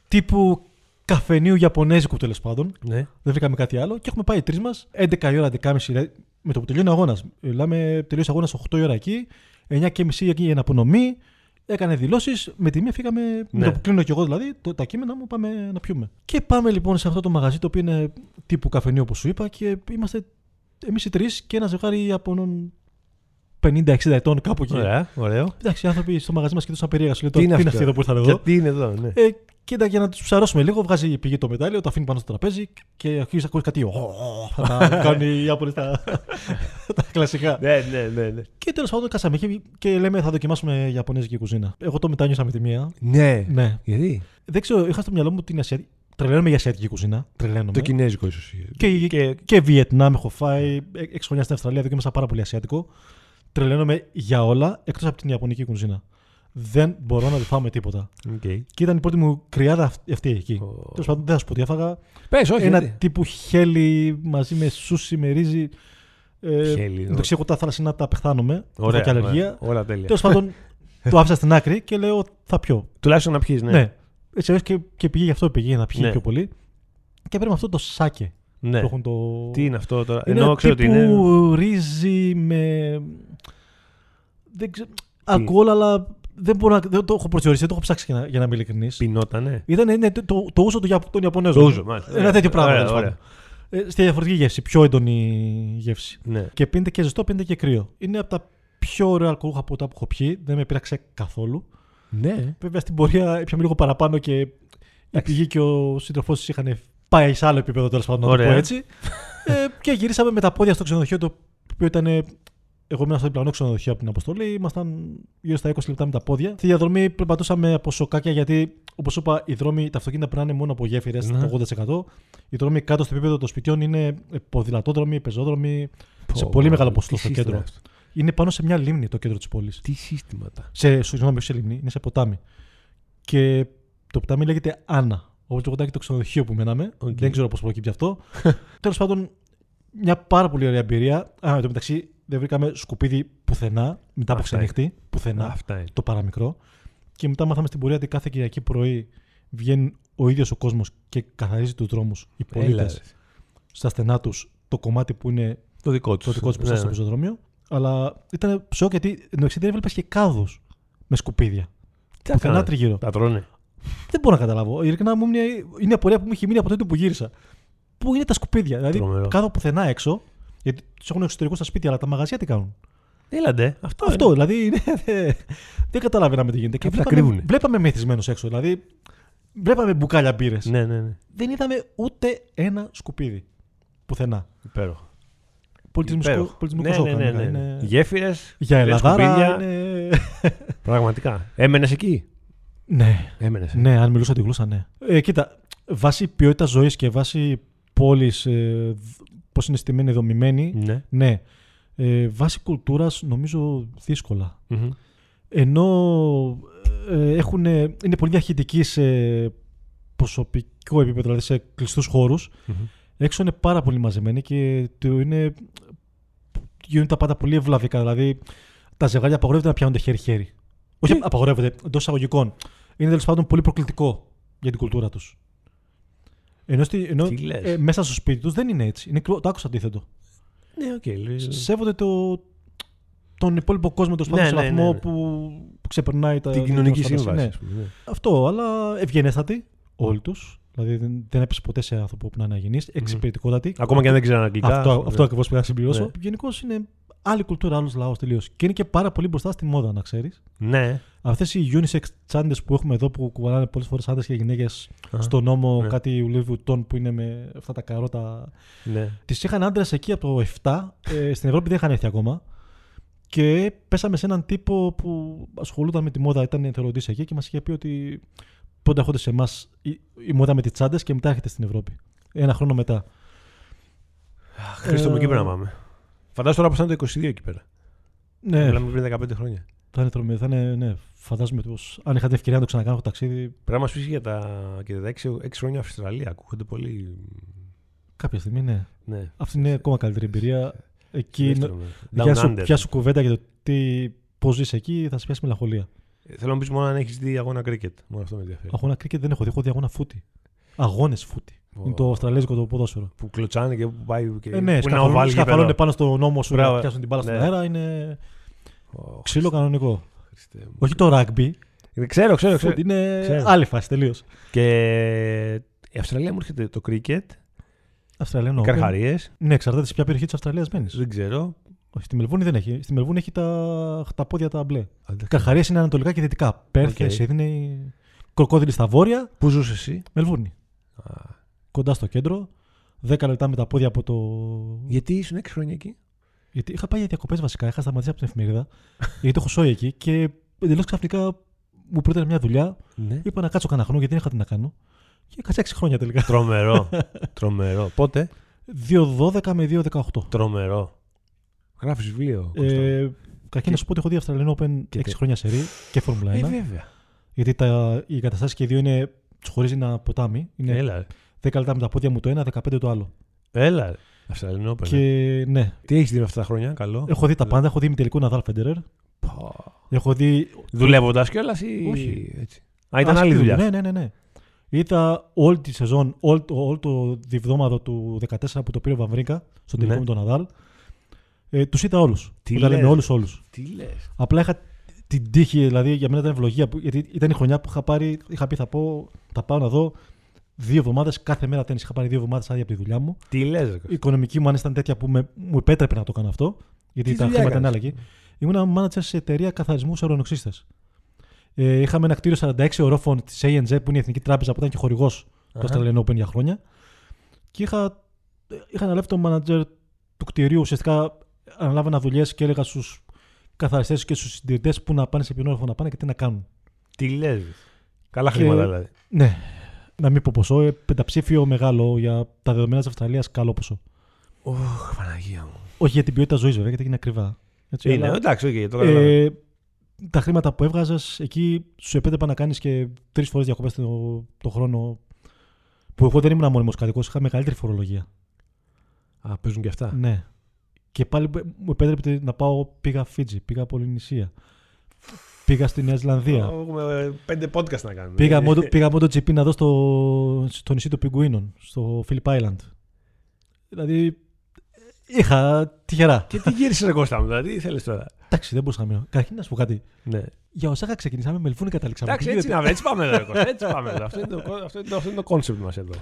Speaker 2: τύπου καφενείου Ιαπωνέζικου τέλος πάντων.
Speaker 1: Ναι.
Speaker 2: Δεν βρήκαμε κάτι άλλο και έχουμε πάει τρεις μας 11 η ώρα, 11.30 ρε, με το που τελειώνει ο αγώνας. Μιλάμε, τελείωσε ο αγώνας 8 η ώρα εκεί, 9.30 εκεί για απονομή. Έκανε δηλώσεις, με τη μία φύγαμε.
Speaker 1: Ναι.
Speaker 2: Με το που κλείνω και εγώ δηλαδή, το, τα κείμενα μου πάμε να πιούμε. Και πάμε λοιπόν σε αυτό το μαγαζί το οποίο είναι τύπου καφενείο όπως σου είπα και είμαστε εμείς οι τρεις και ένα ζευγάρι Ιαπωνών 50-60 ετών κάπου εκεί.
Speaker 1: Ωραία, ωραίο.
Speaker 2: Εντάξει, οι άνθρωποι στο μαγαζί μας κοιτούσαν περίεργα. Σου λέει,
Speaker 1: Τι
Speaker 2: «Τώρα,
Speaker 1: είναι
Speaker 2: τι είναι
Speaker 1: αυτό?»
Speaker 2: αυτή εδώ που ήρθα εγώ.
Speaker 1: Γιατί είναι εδώ, ναι.
Speaker 2: Ε, κοίτα, για να τους ψαρώσουμε λίγο, βγάζει πηγή το μετάλλιο, το αφήνει πάνω στο τραπέζι και αρχίζει να ακούει κάτι. «Ω, ω, Θα
Speaker 1: (laughs)
Speaker 2: τα κάνουν οι Ιάπωνε τα, (laughs) τα κλασικά.
Speaker 1: Ναι, ναι, ναι. ναι.
Speaker 2: και τέλος πάντων, κάσαμε εκεί και λέμε θα δοκιμάσουμε Ιαπωνέζικη κουζίνα. Εγώ το μετάνιωσα με τη μία.
Speaker 1: Ναι.
Speaker 2: Ναι.
Speaker 1: Γιατί.
Speaker 2: Δεν ξέρω, είχα στο μυαλό μου την Ασιατική. Τρελαίνομαι για Ασιατική κουζίνα. Τρελαίνομαι.
Speaker 1: Το κινέζικο ίσως.
Speaker 2: Και, και... και Βιετνάμ έχω φάει. ε, Έξι χρονιά στην Αυστραλία δοκίμασα πάρα πολύ Ασιατικό. Τρελαίνομαι για όλα εκτός από την Ιαπωνική κουζίνα. Δεν μπορώ να φάω με τίποτα. Και ήταν η πρώτη μου κρυάδα αυ- αυτή εκεί.
Speaker 1: Ω.
Speaker 2: Τέλος πάντων, δεν θα σου πω τι έφαγα.
Speaker 1: Πες, όχι.
Speaker 2: Ένα
Speaker 1: γιατί.
Speaker 2: τύπου χέλι μαζί με σούσι, με ρύζι. Ε,
Speaker 1: Χέλι,
Speaker 2: Δεν ξέρω, εγώ τα θάλασσινα τα πεθάνομαι. Έχω
Speaker 1: Ωραία.
Speaker 2: και
Speaker 1: ωραία.
Speaker 2: αλλεργία.
Speaker 1: Όλα τέλεια.
Speaker 2: Τέλος πάντων, το άφησα στην άκρη και λέω θα πιω.
Speaker 1: Τουλάχιστον να πιεις, ναι.
Speaker 2: Ναι. Έτσι αλλιώς και, και πηγή γι' αυτό πηγή, να πιει
Speaker 1: Ναι.
Speaker 2: πιο πολύ. Και παίρνουμε αυτό το σάκε
Speaker 1: Ναι.
Speaker 2: που έχουν το.
Speaker 1: Τι είναι αυτό τώρα.
Speaker 2: Είναι
Speaker 1: Ενώ
Speaker 2: ένα
Speaker 1: ξέρω ότι
Speaker 2: τύπου
Speaker 1: είναι.
Speaker 2: ρύζι με. Δεν ξέρω. Αλκοόλ, αλλά δεν, μπορώ να... δεν το έχω προσδιορίσει, δεν το έχω ψάξει για να, για να είμαι ειλικρινής.
Speaker 1: Πεινότανε.
Speaker 2: Ήταν ναι, το, το, το ούζο των Ιαπ- των Ιαπωνέζων.
Speaker 1: Το ούζο, μάλιστα.
Speaker 2: Ένα τέτοιο πράγμα.
Speaker 1: Ωραία,
Speaker 2: τέλος
Speaker 1: ωραία.
Speaker 2: πάντων. Ε, στη διαφορετική γεύση, πιο έντονη γεύση.
Speaker 1: Ναι.
Speaker 2: Και πίνεται και ζεστό, πίνεται και κρύο. Είναι από τα πιο ωραία αλκοόλουχα ποτά που έχω πιει. Δεν με πείραξε καθόλου.
Speaker 1: Ναι.
Speaker 2: Βέβαια στην πορεία έπιαμε λίγο παραπάνω και η πηγή και ο σύντροφός της είχαν πάει σε άλλο επίπεδο τέλος πάντων. Να το
Speaker 1: Ωραία.
Speaker 2: πω έτσι. ε, και γυρίσαμε με τα πόδια στο ξενοδοχείο το οποίο ήταν. ε, Εγώ ήμουν στο διπλανό ξενοδοχείο από την αποστολή. Ήμασταν γύρω στα 20 λεπτά με τα πόδια. Στη διαδρομή περπατούσαμε από σοκάκια γιατί, όπως είπα, οι δρόμοι, τα αυτοκίνητα περνάνε μόνο από γέφυρες
Speaker 1: Ναι.
Speaker 2: το 80%. Οι δρόμοι κάτω στο επίπεδο των σπιτιών είναι ε, ποδηλατόδρομοι, πεζόδρομοι. σε πολύ μεγάλο ποσοστό στο κέντρο. Είναι πάνω σε μια λίμνη το κέντρο της πόλης.
Speaker 1: Τι σύστηματα.
Speaker 2: Σε, συγγνώμη, όχι σε λιμνή, είναι σε ποτάμι. Και το ποτάμι λέγεται Άννα. Όπως λέγονταν και το ξενοδοχείο που μέναμε.
Speaker 1: Οκ.
Speaker 2: Δεν ξέρω πώς προκύπτει
Speaker 1: (laughs)
Speaker 2: αυτό. Τέλος πάντων, μια πάρα πολύ ωραία εμπειρία. Α, εν τω μεταξύ, δεν βρήκαμε σκουπίδι πουθενά μετά από
Speaker 1: Αυτά είναι.
Speaker 2: ξενύχτη. Πουθενά.
Speaker 1: Αυτά είναι.
Speaker 2: Το παραμικρό. Και μετά μάθαμε στην πορεία ότι κάθε Κυριακή πρωί βγαίνει ο ίδιος ο κόσμος και καθαρίζει τους δρόμους. Οι πολίτε
Speaker 1: Έλα, ρε.
Speaker 2: στα στενά τους το κομμάτι που είναι
Speaker 1: Το δικό Ναι, τους.
Speaker 2: το δικό τους που είναι στο πεζοδρόμιο. Αλλά ήταν σοκ γιατί ενώ δεν έβλεπες και κάδους με σκουπίδια.
Speaker 1: Τι
Speaker 2: Πουθενά τριγύρω.
Speaker 1: Τα τρώνε.
Speaker 2: Δηλαδή, Δεν μπορώ να καταλάβω. Ειλικρινά μου είναι, είναι η απορία που μου έχει μείνει από τότε που γύρισα. Πού είναι τα σκουπίδια. Δηλαδή
Speaker 1: Τρομερό.
Speaker 2: κάδω πουθενά έξω. Γιατί τους έχουν εξωτερικού στα σπίτια, αλλά τα μαγαζιά τι κάνουν.
Speaker 1: Έλαντε. Αυτό.
Speaker 2: Αυτό δηλαδή είναι. δεν- Δεν καταλαβαίναμε τι γίνεται. Και
Speaker 1: Αυτά τα
Speaker 2: βλέπαμε,
Speaker 1: κρύβουνε.
Speaker 2: βλέπαμε μεθυσμένους έξω. Δηλαδή βλέπαμε μπουκάλια μπύρες.
Speaker 1: είναι. Ναι, ναι, ναι.
Speaker 2: Δεν είδαμε ούτε ένα σκουπίδι. Πουθενά.
Speaker 1: Υπέροχο.
Speaker 2: Πολιτισμικό
Speaker 1: Υπέροχο.
Speaker 2: πολιτισμικό
Speaker 1: Ναι,
Speaker 2: σοκ,
Speaker 1: ναι, ναι,
Speaker 2: κανονικά.
Speaker 1: ναι.
Speaker 2: Είναι-
Speaker 1: Γέφυρες.
Speaker 2: Για Ελλάδα.
Speaker 1: Πραγματικά. Έμενες εκεί.
Speaker 2: Ναι,
Speaker 1: Έμενες.
Speaker 2: ναι, αν μιλούσα τη γλώσσα, ναι. Ε, κοίτα, βάσει ποιότητας ζωής και βάσει πόλης, ε, πώς είναι στημένη, δομημένη,
Speaker 1: Ναι.
Speaker 2: ναι. Ε, βάσει κουλτούρας, νομίζω δύσκολα.
Speaker 1: Μμμ.
Speaker 2: Ενώ ε, έχουν, ε, είναι πολύ διαχειτικοί σε προσωπικό επίπεδο, δηλαδή σε κλειστούς χώρους.
Speaker 1: Μμμ.
Speaker 2: Έξω είναι πάρα πολύ μαζεμένοι και το είναι, γίνουν τα πάντα πολύ ευλαβικά. Δηλαδή, τα ζευγάρια απαγορεύεται να πιάνονται χέρι-χέρι.
Speaker 1: Ε.
Speaker 2: Όχι απαγορεύεται, εντός εισαγωγικών. Είναι τέλος πάντων πολύ προκλητικό για την κουλτούρα τους. Ενώ, στη- ενώ
Speaker 1: Τι λες.
Speaker 2: ε, μέσα στο σπίτι τους δεν είναι έτσι. Είναι κρυ- το άκουσα αντίθετο.
Speaker 1: Ναι, οκ. λες.
Speaker 2: Σέβονται το, τον υπόλοιπο κόσμο τέλος πάντων
Speaker 1: Ναι,
Speaker 2: σε
Speaker 1: ναι, ναι,
Speaker 2: βαθμό
Speaker 1: ναι.
Speaker 2: που ξεπερνάει τα.
Speaker 1: Την κοινωνική
Speaker 2: τα φαντασία.
Speaker 1: σύμβαση.
Speaker 2: Ναι.
Speaker 1: ας πούμε, ναι.
Speaker 2: Αυτό, αλλά ευγενέστατοι όλοι τους. Δηλαδή δεν, δεν έπεσε ποτέ σε άνθρωπο που να είναι αγενής. Εξυπηρετικότατοι.
Speaker 1: Ακόμα και αν δεν ξέραν αγγλικά.
Speaker 2: Αυτό,
Speaker 1: ας πούμε,
Speaker 2: αυτό
Speaker 1: ναι.
Speaker 2: ακριβώς πρέπει να συμπληρώσω.
Speaker 1: Ναι.
Speaker 2: Γενικώς είναι άλλη κουλτούρα, άλλος λαός τελείως. Και είναι και πάρα πολύ μπροστά στη μόδα, να ξέρεις.
Speaker 1: Ναι.
Speaker 2: Αυτές οι unisex τσάντες που έχουμε εδώ που κουβαλάνε πολλές φορές άντρες και γυναίκες
Speaker 1: Α,
Speaker 2: στο νόμο
Speaker 1: ναι.
Speaker 2: κάτι ουλίβι βουτών που είναι με αυτά τα καρότα.
Speaker 1: ναι.
Speaker 2: Τις είχαν άντρες εκεί από το 7. ε, στην Ευρώπη δεν είχαν έρθει ακόμα. Και πέσαμε σε έναν τύπο που ασχολούταν με τη μόδα, ήταν εθελοντή εκεί και μας είχε πει ότι πότε έρχονται σε εμάς η, η μόδα με τις τσάντες και μετά έρχεται στην Ευρώπη. Ένα χρόνο μετά.
Speaker 1: Αχ, Χρήστο
Speaker 2: Ε,
Speaker 1: μου, εκεί πρέπει να πάμε. Φαντάζομαι τώρα πως θα είναι το 22 εκεί πέρα.
Speaker 2: Ναι,
Speaker 1: Μιλάμε πριν 15 χρόνια.
Speaker 2: θα είναι τρομερό. Θα είναι, ναι, φαντάζομαι πως αν είχα την ευκαιρία να το ξανακάνω το ταξίδι,
Speaker 1: Πρέπει να μας πεις για τα, και τα 6, χρόνια Αυστραλία. Ακούγονται πολύ.
Speaker 2: κάποια στιγμή, ναι.
Speaker 1: Ναι.
Speaker 2: Αυτή είναι ακόμα καλύτερη εμπειρία. Εκεί,
Speaker 1: δεύτερο μέρος. Down
Speaker 2: για σου
Speaker 1: Under.
Speaker 2: πιάσου κουβέντα για το τι, πώς ζεις εκεί, θα σε πιάσει μελαγχολία.
Speaker 1: Ε, Θέλω να μου πεις μόνο αν έχεις δει αγώνα κρίκετ. Μόνο αυτό με ενδιαφέρει.
Speaker 2: Αγώνα κρίκετ δεν έχω δει, έχω δει αγώνα φούτι. Αγώνες φούτι.
Speaker 1: Ω.
Speaker 2: Είναι το Αυστραλέζικο το ποδόσφαιρο.
Speaker 1: Που κλωτσάνε και που πάει. Και
Speaker 2: Ε, ναι,
Speaker 1: που είναι οβάλι εκεί πέρα.
Speaker 2: σκαφαλώνε πάνω στον νόμο σου
Speaker 1: Μπράβο.
Speaker 2: να πιάσουν την μπάλα στον
Speaker 1: Ναι.
Speaker 2: αέρα. Είναι
Speaker 1: Ω,
Speaker 2: ξύλο κανονικό.
Speaker 1: Χριστέ μου.
Speaker 2: Όχι το rugby.
Speaker 1: Ε, Ξέρω, ξέρω, ξέρω.
Speaker 2: foot είναι
Speaker 1: ξέρω.
Speaker 2: άλλη φάση τελείως.
Speaker 1: Και η Αυστραλία μου έρχεται το κρίκετ.
Speaker 2: Αυστραλιανό.
Speaker 1: Καρχαρίες.
Speaker 2: Ναι, εξαρτάται σε ποια περιοχή της Αυστραλίας μένεις.
Speaker 1: Δεν ξέρω.
Speaker 2: Όχι, στη Μελβούνη δεν έχει. Στη Μελβούνη έχει τα, τα πόδια τα μπλε.
Speaker 1: Αν δεν-
Speaker 2: Καρχαρίες είναι ανατολικά και δυτικά. Πέρθε,
Speaker 1: Οκ.
Speaker 2: Σίδνεϊ, κροκόδιλοι στα βόρεια,
Speaker 1: Πού ζούσες εσύ.
Speaker 2: Μελβούρνη.
Speaker 1: Α,
Speaker 2: Κοντά στο κέντρο. 10 λεπτά με τα πόδια από το.
Speaker 1: Γιατί ήσουν 6 χρόνια εκεί.
Speaker 2: Γιατί είχα πάει για διακοπές βασικά, είχα σταματήσει από την εφημερίδα. γιατί έχω σώει εκεί και εντελώς ξαφνικά μου πρότεινε μια δουλειά.
Speaker 1: Ναι.
Speaker 2: Είπα να κάτσω κανένα χρόνο γιατί δεν είχα τι να κάνω. Και κάτσα 6 χρόνια τελικά.
Speaker 1: Τρομερό. Τρομερό. Πότε.
Speaker 2: 2-12 με 2-18.
Speaker 1: Τρομερό. Γράφεις βιβλίο. Κώστα.
Speaker 2: Ε, Κακή να σου πω ότι έχω δει Αυστραλιανό Open
Speaker 1: Και
Speaker 2: 6
Speaker 1: τι.
Speaker 2: χρόνια σερή και Φόρμουλα 1.
Speaker 1: Ε, βέβαια.
Speaker 2: Γιατί τα, οι καταστάσει και οι δύο είναι. του χωρίζει ένα ποτάμι. Είναι
Speaker 1: Έλα. ρε.
Speaker 2: 10 λεπτά με τα πόδια μου το ένα, 15 το άλλο.
Speaker 1: Έλα. ρε. Αυστραλινό παιδί.
Speaker 2: Και ναι,
Speaker 1: Τι έχεις δει με αυτά τα χρόνια, καλό.
Speaker 2: έχω δει τα πάντα. Έχω δει με τελικό Ναδάλ Φεντερερ. Έχω δει.
Speaker 1: Δουλεύοντας κιόλας ή.
Speaker 2: Όχι.
Speaker 1: Έτσι. Α, ήταν άλλη
Speaker 2: Άσπρη,
Speaker 1: δουλειά.
Speaker 2: Ναι, ναι, ναι. ναι. Είδα όλη τη σεζόν, όλη, το- όλο το διβδόμαδο του 14 που το πήρε ο Βαμβρίνκα στον τελικό
Speaker 1: Ναι.
Speaker 2: με τον Ναδάλ. Ε, τους είδα όλους.
Speaker 1: Τι
Speaker 2: Όταν
Speaker 1: λες.
Speaker 2: λέμε όλους, όλους.
Speaker 1: Τι λες.
Speaker 2: Απλά είχα την τύχη, δηλαδή για μένα ήταν ευλογία. που- Γιατί ήταν η χρονιά που είχα πάρει, είχα πει θα, πω, θα πάω να δω δύο εβδομάδες κάθε μέρα τέννη. Είχα πάρει δύο εβδομάδες άδεια από τη δουλειά μου.
Speaker 1: Τι λες.
Speaker 2: Η οικονομική μου αν ήταν τέτοια που με, μου επέτρεπε να το κάνω αυτό, γιατί
Speaker 1: Τι
Speaker 2: τα
Speaker 1: δουλειά
Speaker 2: χρήματα είναι άλλα
Speaker 1: έκανες?
Speaker 2: εκεί. Ήμουν manager σε εταιρεία καθαρισμούς σε αερονοξίστε. Ε, είχαμε ένα κτίριο 46 ορόφων της ANZ που είναι η Εθνική Τράπεζα που ήταν και χορηγός του
Speaker 1: Αχα.
Speaker 2: Australian Open για χρόνια. Και είχα, είχα αναλάβει το manager του κτηρίου. Ουσιαστικά αναλάβαινα δουλειές και έλεγα στους καθαριστές και στους συντηρητές που να πάνε σε ποιον όροφο να πάνε και τι να κάνουν.
Speaker 1: Τι λες. Καλά
Speaker 2: Και-
Speaker 1: χρήματα δηλαδή.
Speaker 2: Ναι, να μην πω ποσό. ε, Πενταψήφιο μεγάλο για τα δεδομένα της Αυστραλίας, καλό ποσό.
Speaker 1: Ωχ, Παναγία μου.
Speaker 2: Όχι για την ποιότητα ζωής, βέβαια, γιατί είναι ακριβά. Έτσι,
Speaker 1: Είναι,
Speaker 2: αλλά,
Speaker 1: Ε, ναι, εντάξει, οκ, το καταλαβαίνω.
Speaker 2: ε, τα χρήματα που έβγαζες εκεί σου επέτρεπα να κάνεις και τρεις φορές διακοπές το, το χρόνο. Που εγώ δεν ήμουν μόνιμος κατοικός, είχα μεγαλύτερη φορολογία.
Speaker 1: Α, παίζουν και αυτά.
Speaker 2: Ναι. Και πάλι μου επέτρεπε να πάω, πήγα Φίτζι, πήγα Πολυνησία. Πήγα στη Νέα Ζηλανδία.
Speaker 1: Έχουμε ε, πέντε podcast να κάνουμε. Ε,
Speaker 2: Πήγα, μόνο, πήγα MotoGP να δω στο, στο νησί των Πιγκουίνων, στο Phillip Island. Δηλαδή, είχα τυχερά.
Speaker 1: Και τι γύρισε ρε Κώστα μου, δηλαδή, τι θέλεις τώρα.
Speaker 2: Εντάξει, δεν μπορούσα να μείνω. Καταρχήν να σου πω κάτι.
Speaker 1: Ναι.
Speaker 2: Για Οσάκα ξεκινήσαμε, Μελβούνι καταλήξαμε.
Speaker 1: Εντάξει,
Speaker 2: Τι
Speaker 1: έτσι,
Speaker 2: γίνεται?
Speaker 1: να, έτσι πάμε εδώ. ρε Κώστα, Έτσι πάμε εδώ. Αυτό είναι το, αυτό είναι το, αυτό είναι το concept μας εδώ.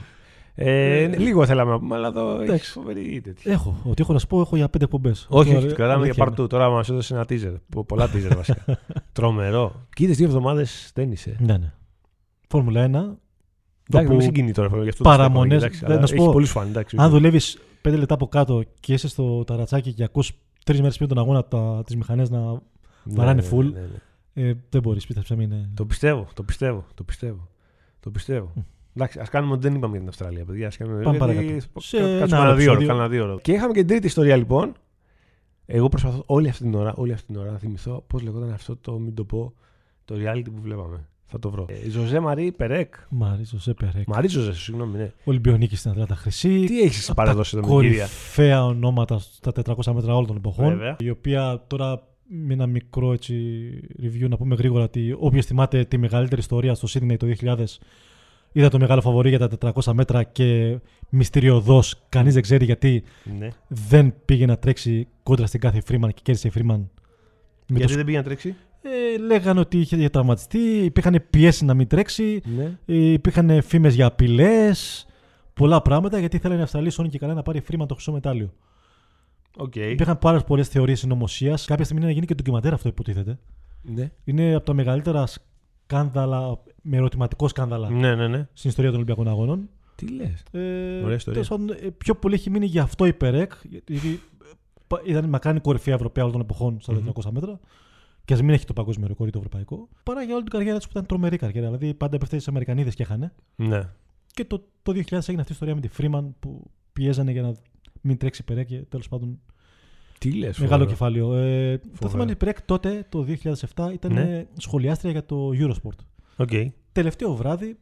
Speaker 1: Ε, ναι, λίγο θέλαμε να πούμε, αλλά εδώ έχει
Speaker 2: Εντάξει.
Speaker 1: φοβερή τέτοια.
Speaker 2: Έχω. Ό,τι έχω να σου πω, έχω για πέντε εκπομπές.
Speaker 1: Όχι, όχι, κρατάμε για παρτού. Τώρα μας έδωσε ένα teaser. Πο- Πολλά teaser (laughs) βασικά. Τρομερό. Και είδες δύο εβδομάδες τένισε.
Speaker 2: Ναι, ναι. Φόρμουλα 1. Το
Speaker 1: Εντάξει, μην
Speaker 2: που
Speaker 1: συγκινεί τώρα. γι' αυτό το
Speaker 2: παραμονές,
Speaker 1: σκέφτομαι, εντάξει,
Speaker 2: δεν-
Speaker 1: αλλά
Speaker 2: να σου
Speaker 1: έχεις
Speaker 2: πω,
Speaker 1: πολλούς φαν, εντάξει,
Speaker 2: αν
Speaker 1: οκ.
Speaker 2: δουλεύεις πέντε λεπτά από κάτω και είσαι στο ταρατσάκι και ακούς τρεις μέρες πριν τον αγώνα τις μηχανές να.
Speaker 1: Ναι,
Speaker 2: βαράνε
Speaker 1: ναι,
Speaker 2: full.
Speaker 1: ναι, ναι.
Speaker 2: Ε, δεν μπορείς, πίστεψε με είναι.
Speaker 1: Το πιστεύω, το πιστεύω, το πιστεύω. Το πιστεύω. Εντάξει, ας κάνουμε ότι δεν είπαμε για την Αυστραλία, παιδιά. Ας κάνουμε,
Speaker 2: Πάμε
Speaker 1: γιατί
Speaker 2: παρακάτω.
Speaker 1: θα-
Speaker 2: Σε
Speaker 1: κάτσουμε
Speaker 2: ένα
Speaker 1: ένα
Speaker 2: άλλο
Speaker 1: δύο ώρο,
Speaker 2: επεισόδιο.
Speaker 1: κάνα δύο ώρο. Και είχαμε και την τρίτη ιστορία λοιπόν. Εγώ προσπαθώ όλη αυτή την ώρα, όλη αυτή την ώρα να θυμηθώ πώς λεγόταν αυτό το μην το πω, το reality που βλέπαμε. Θα το βρω. Ε, Ζωζέ Μαρί Περέκ.
Speaker 2: Μαρίζο Ζεπερέκ.
Speaker 1: Μαρί Ζωζέ, συγγνώμη, ναι.
Speaker 2: Ολυμπιονίκη στην Ατλάντα Χρυσή.
Speaker 1: Τι έχεις παραδώσει εδώ με την κυρία.
Speaker 2: κορυφαία ονόματα στα 400 μέτρα όλων των εποχών.
Speaker 1: Βέβαια.
Speaker 2: Η οποία τώρα με ένα μικρό έτσι, review να πούμε γρήγορα ότι όποιο θυμάται τη μεγαλύτερη ιστορία στο Sydney το 2000 είδα το μεγάλο φαβορή για τα 400 μέτρα και μυστηριωδώς κανείς δεν ξέρει γιατί
Speaker 1: Ναι.
Speaker 2: δεν πήγε να τρέξει κόντρα στην κάθε Φρήμαν και κέρδισε η Φρήμαν. Με
Speaker 1: Γιατί
Speaker 2: το
Speaker 1: δεν πήγε να τρέξει.
Speaker 2: σκ- ε, λέγανε ότι είχε τραυματιστεί, υπήρχαν πιέσεις να μην τρέξει,
Speaker 1: Ναι.
Speaker 2: ε, υπήρχαν φήμες για απειλές, πολλά πράγματα γιατί θέλανε οι Αυστραλοί Σόνι και καλά να πάρει Φρήμαν το χρυσό μετάλλιο.
Speaker 1: Οκ.
Speaker 2: Υπήρχαν πάρα πολλές θεωρίες συνωμοσίας. Κάποια στιγμή είναι να γίνει και ντοκιμαντέρ αυτό, υποτίθεται.
Speaker 1: Ναι.
Speaker 2: Είναι από τα μεγαλύτερα σκάνδαλα, με ερωτηματικό σκάνδαλα
Speaker 1: ναι, ναι, ναι.
Speaker 2: στην ιστορία των Ολυμπιακών Αγώνων.
Speaker 1: Τι λες.
Speaker 2: Ε,
Speaker 1: Ωραία ιστορία.
Speaker 2: τέλος πάντων, ε, πιο πολύ έχει μείνει για αυτό η ΠΕΡΕΚ, γιατί ε, πα- ήταν μακράν η κορυφαία Ευρωπαία όλων των εποχών στα
Speaker 1: Μμμ.
Speaker 2: 400 μέτρα. Και ας μην έχει το παγκόσμιο ρεκόρ ή το ευρωπαϊκό. Παρά για όλη την καριέρα της που ήταν τρομερή καριέρα. Δηλαδή πάντα επέφτανε στις Αμερικανίδες και έχανε.
Speaker 1: Ναι.
Speaker 2: Και το, το 2000 έγινε αυτή η ιστορία με τη Φρήμαν που πιέζανε για να μην τρέξει η ΠΕΡΕΚ και τέλος πάντων
Speaker 1: Τι λες.
Speaker 2: Μεγάλο κεφάλαιο. Ε, το
Speaker 1: Φοβερό.
Speaker 2: θέμα είναι η ΠΡΕΚ τότε, το 2007, ήταν
Speaker 1: Ναι.
Speaker 2: ε, σχολιάστρια για το Eurosport.
Speaker 1: Οκ.
Speaker 2: Τελευταίο βράδυ,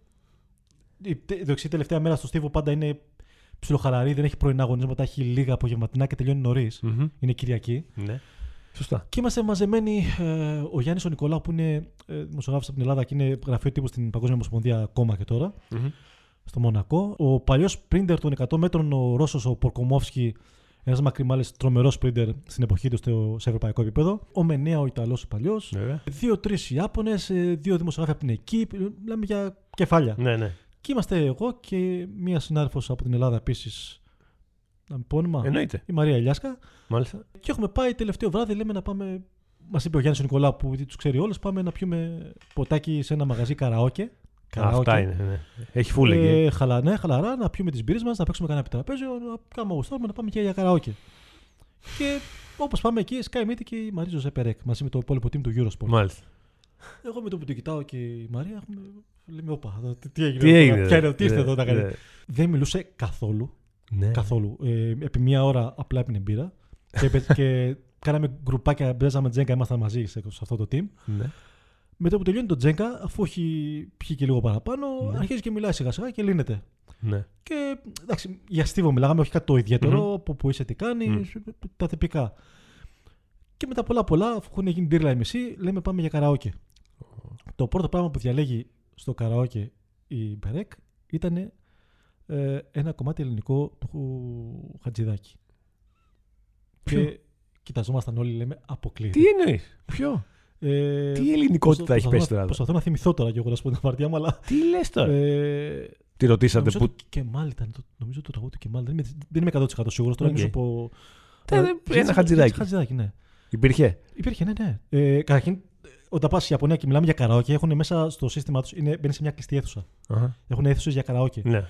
Speaker 2: η τε- δεξί τελευταία μέρα στο Στίβο πάντα είναι ψιλοχαλαρή, δεν έχει πρωινά αγωνίσματα, έχει λίγα απογευματινά και τελειώνει νωρίς.
Speaker 1: Μμμ.
Speaker 2: Είναι Κυριακή.
Speaker 1: Ναι. Σωστά.
Speaker 2: Και είμαστε μαζεμένοι ε, ο Γιάννης ο Νικολάου, που είναι ε, δημοσιογράφος από την Ελλάδα και είναι γραφείο τύπου στην Παγκόσμια Ομοσπονδία ακόμα και τώρα,
Speaker 1: Μμμ.
Speaker 2: στο Μονακό. Ο παλιός σπρίντερ των 100 μέτρων, ο Ρώσος, ο Πορκομόφσκι, ένας μακριμάλε τρομερό σπρίντερ στην εποχή του στο, σε ευρωπαϊκό επίπεδο. Ο Μενέα, ο Ιταλός, ο παλιός.
Speaker 1: Βέβαια.
Speaker 2: Δύο-τρει Ιάπωνες, ε, δύο δημοσιογράφοι από την εκεί. Μιλάμε για κεφάλια.
Speaker 1: Ναι, ναι.
Speaker 2: Και είμαστε εγώ και μία συνάδελφος από την Ελλάδα επίσης. Να μην πω όνομα.
Speaker 1: Εννοείται.
Speaker 2: Η Μαρία Ελιάσκα.
Speaker 1: Μάλιστα.
Speaker 2: Και έχουμε πάει τελευταίο βράδυ, λέμε να πάμε. Μας είπε ο Γιάννης Νικολά που τους ξέρει όλους, πάμε να πιούμε ποτάκι σε ένα μαγαζί καραόκε.
Speaker 1: Αυτά είναι. ναι. Έχει φούλε εκεί.
Speaker 2: Ε, χαλα, ναι, χαλαρά, να πιούμε τις μπύρες μας, να παίξουμε κανένα επιτραπέζιο, να κάνουμε όπω θέλουμε, να πάμε και για καραόκε. και όπως πάμε εκεί, σκάει μύτη και η Μαρίζο Ζεπερέκ μαζί με το υπόλοιπο team του Eurosport.
Speaker 1: Ε, Μάλιστα.
Speaker 2: Εγώ με το που το κοιτάω και η Μαρία, έχουμε... λέμε, όπα, εδώ, τι, τι έγινε,
Speaker 1: Τι
Speaker 2: εδώ,
Speaker 1: έγινε.
Speaker 2: ποια είναι,
Speaker 1: ρε.
Speaker 2: τι είστε
Speaker 1: Ναι,
Speaker 2: εδώ να κάνει.
Speaker 1: ναι.
Speaker 2: Δεν μιλούσε καθόλου,
Speaker 1: Ναι.
Speaker 2: καθόλου. Ε, επί μία ώρα απλά έπινε μπύρα και, πε- και κάναμε γκρουπάκια, μπέζαμε τζέγκα, ήμασταν μαζί σε, σε αυτό το team.
Speaker 1: Ναι.
Speaker 2: Μετά που τελειώνει το τζέγκα, αφού έχει πιει και λίγο παραπάνω,
Speaker 1: Ναι.
Speaker 2: αρχίζει και μιλάει σιγά σιγά και λύνεται.
Speaker 1: Ναι.
Speaker 2: Και εντάξει, για στίβο μιλάγαμε, όχι κάτι το ιδιαίτερο, από πού είσαι, τι κάνει, τα τυπικά. Και μετά πολλά πολλά, αφού έχουν γίνει ντύρλα οι μισοί, λέμε πάμε για καραόκε. Το πρώτο πράγμα που διαλέγει στο καραόκε η Μπερέκ ήταν ε, ένα κομμάτι ελληνικό του Χατζηδάκη.
Speaker 1: Ποιο?
Speaker 2: Και κοιταζόμασταν όλοι, λέμε αποκλείεται.
Speaker 1: Τι εννοείς. Ποιο.
Speaker 2: Ε,
Speaker 1: Τι ελληνικότητα έχει
Speaker 2: προσπαθώ
Speaker 1: πέσει
Speaker 2: να-
Speaker 1: τώρα. εδώ. Ναι.
Speaker 2: Προσπαθώ να θυμηθώ τώρα και εγώ να σου πω την αμαρτία μου, αλλά.
Speaker 1: Τι λες τώρα.
Speaker 2: ε,
Speaker 1: Τι ρωτήσατε
Speaker 2: Νομίζω
Speaker 1: που.
Speaker 2: ότι και μάλλον ήταν. το- Νομίζω το τραγούδι του Κεμάλ. Δεν είμαι, δεν είμαι 100% σίγουρος. Τώρα
Speaker 1: Οκ. Ε,
Speaker 2: νομίζω πω.
Speaker 1: Τα-
Speaker 2: Αλλά-
Speaker 1: ένα
Speaker 2: Χατζη-
Speaker 1: χατζηδάκι.
Speaker 2: Χατζηδάκι, ναι.
Speaker 1: Υπήρχε.
Speaker 2: Υπήρχε, ναι, ναι. Ε, καταρχήν, ε, όταν πας στη Ιαπωνία και μιλάμε για καραόκε, έχουν μέσα στο σύστημά τους. Μπαίνει σε μια κλειστή αίθουσα.
Speaker 1: Αχα.
Speaker 2: Έχουν αίθουσες για καραόκε.
Speaker 1: Ναι.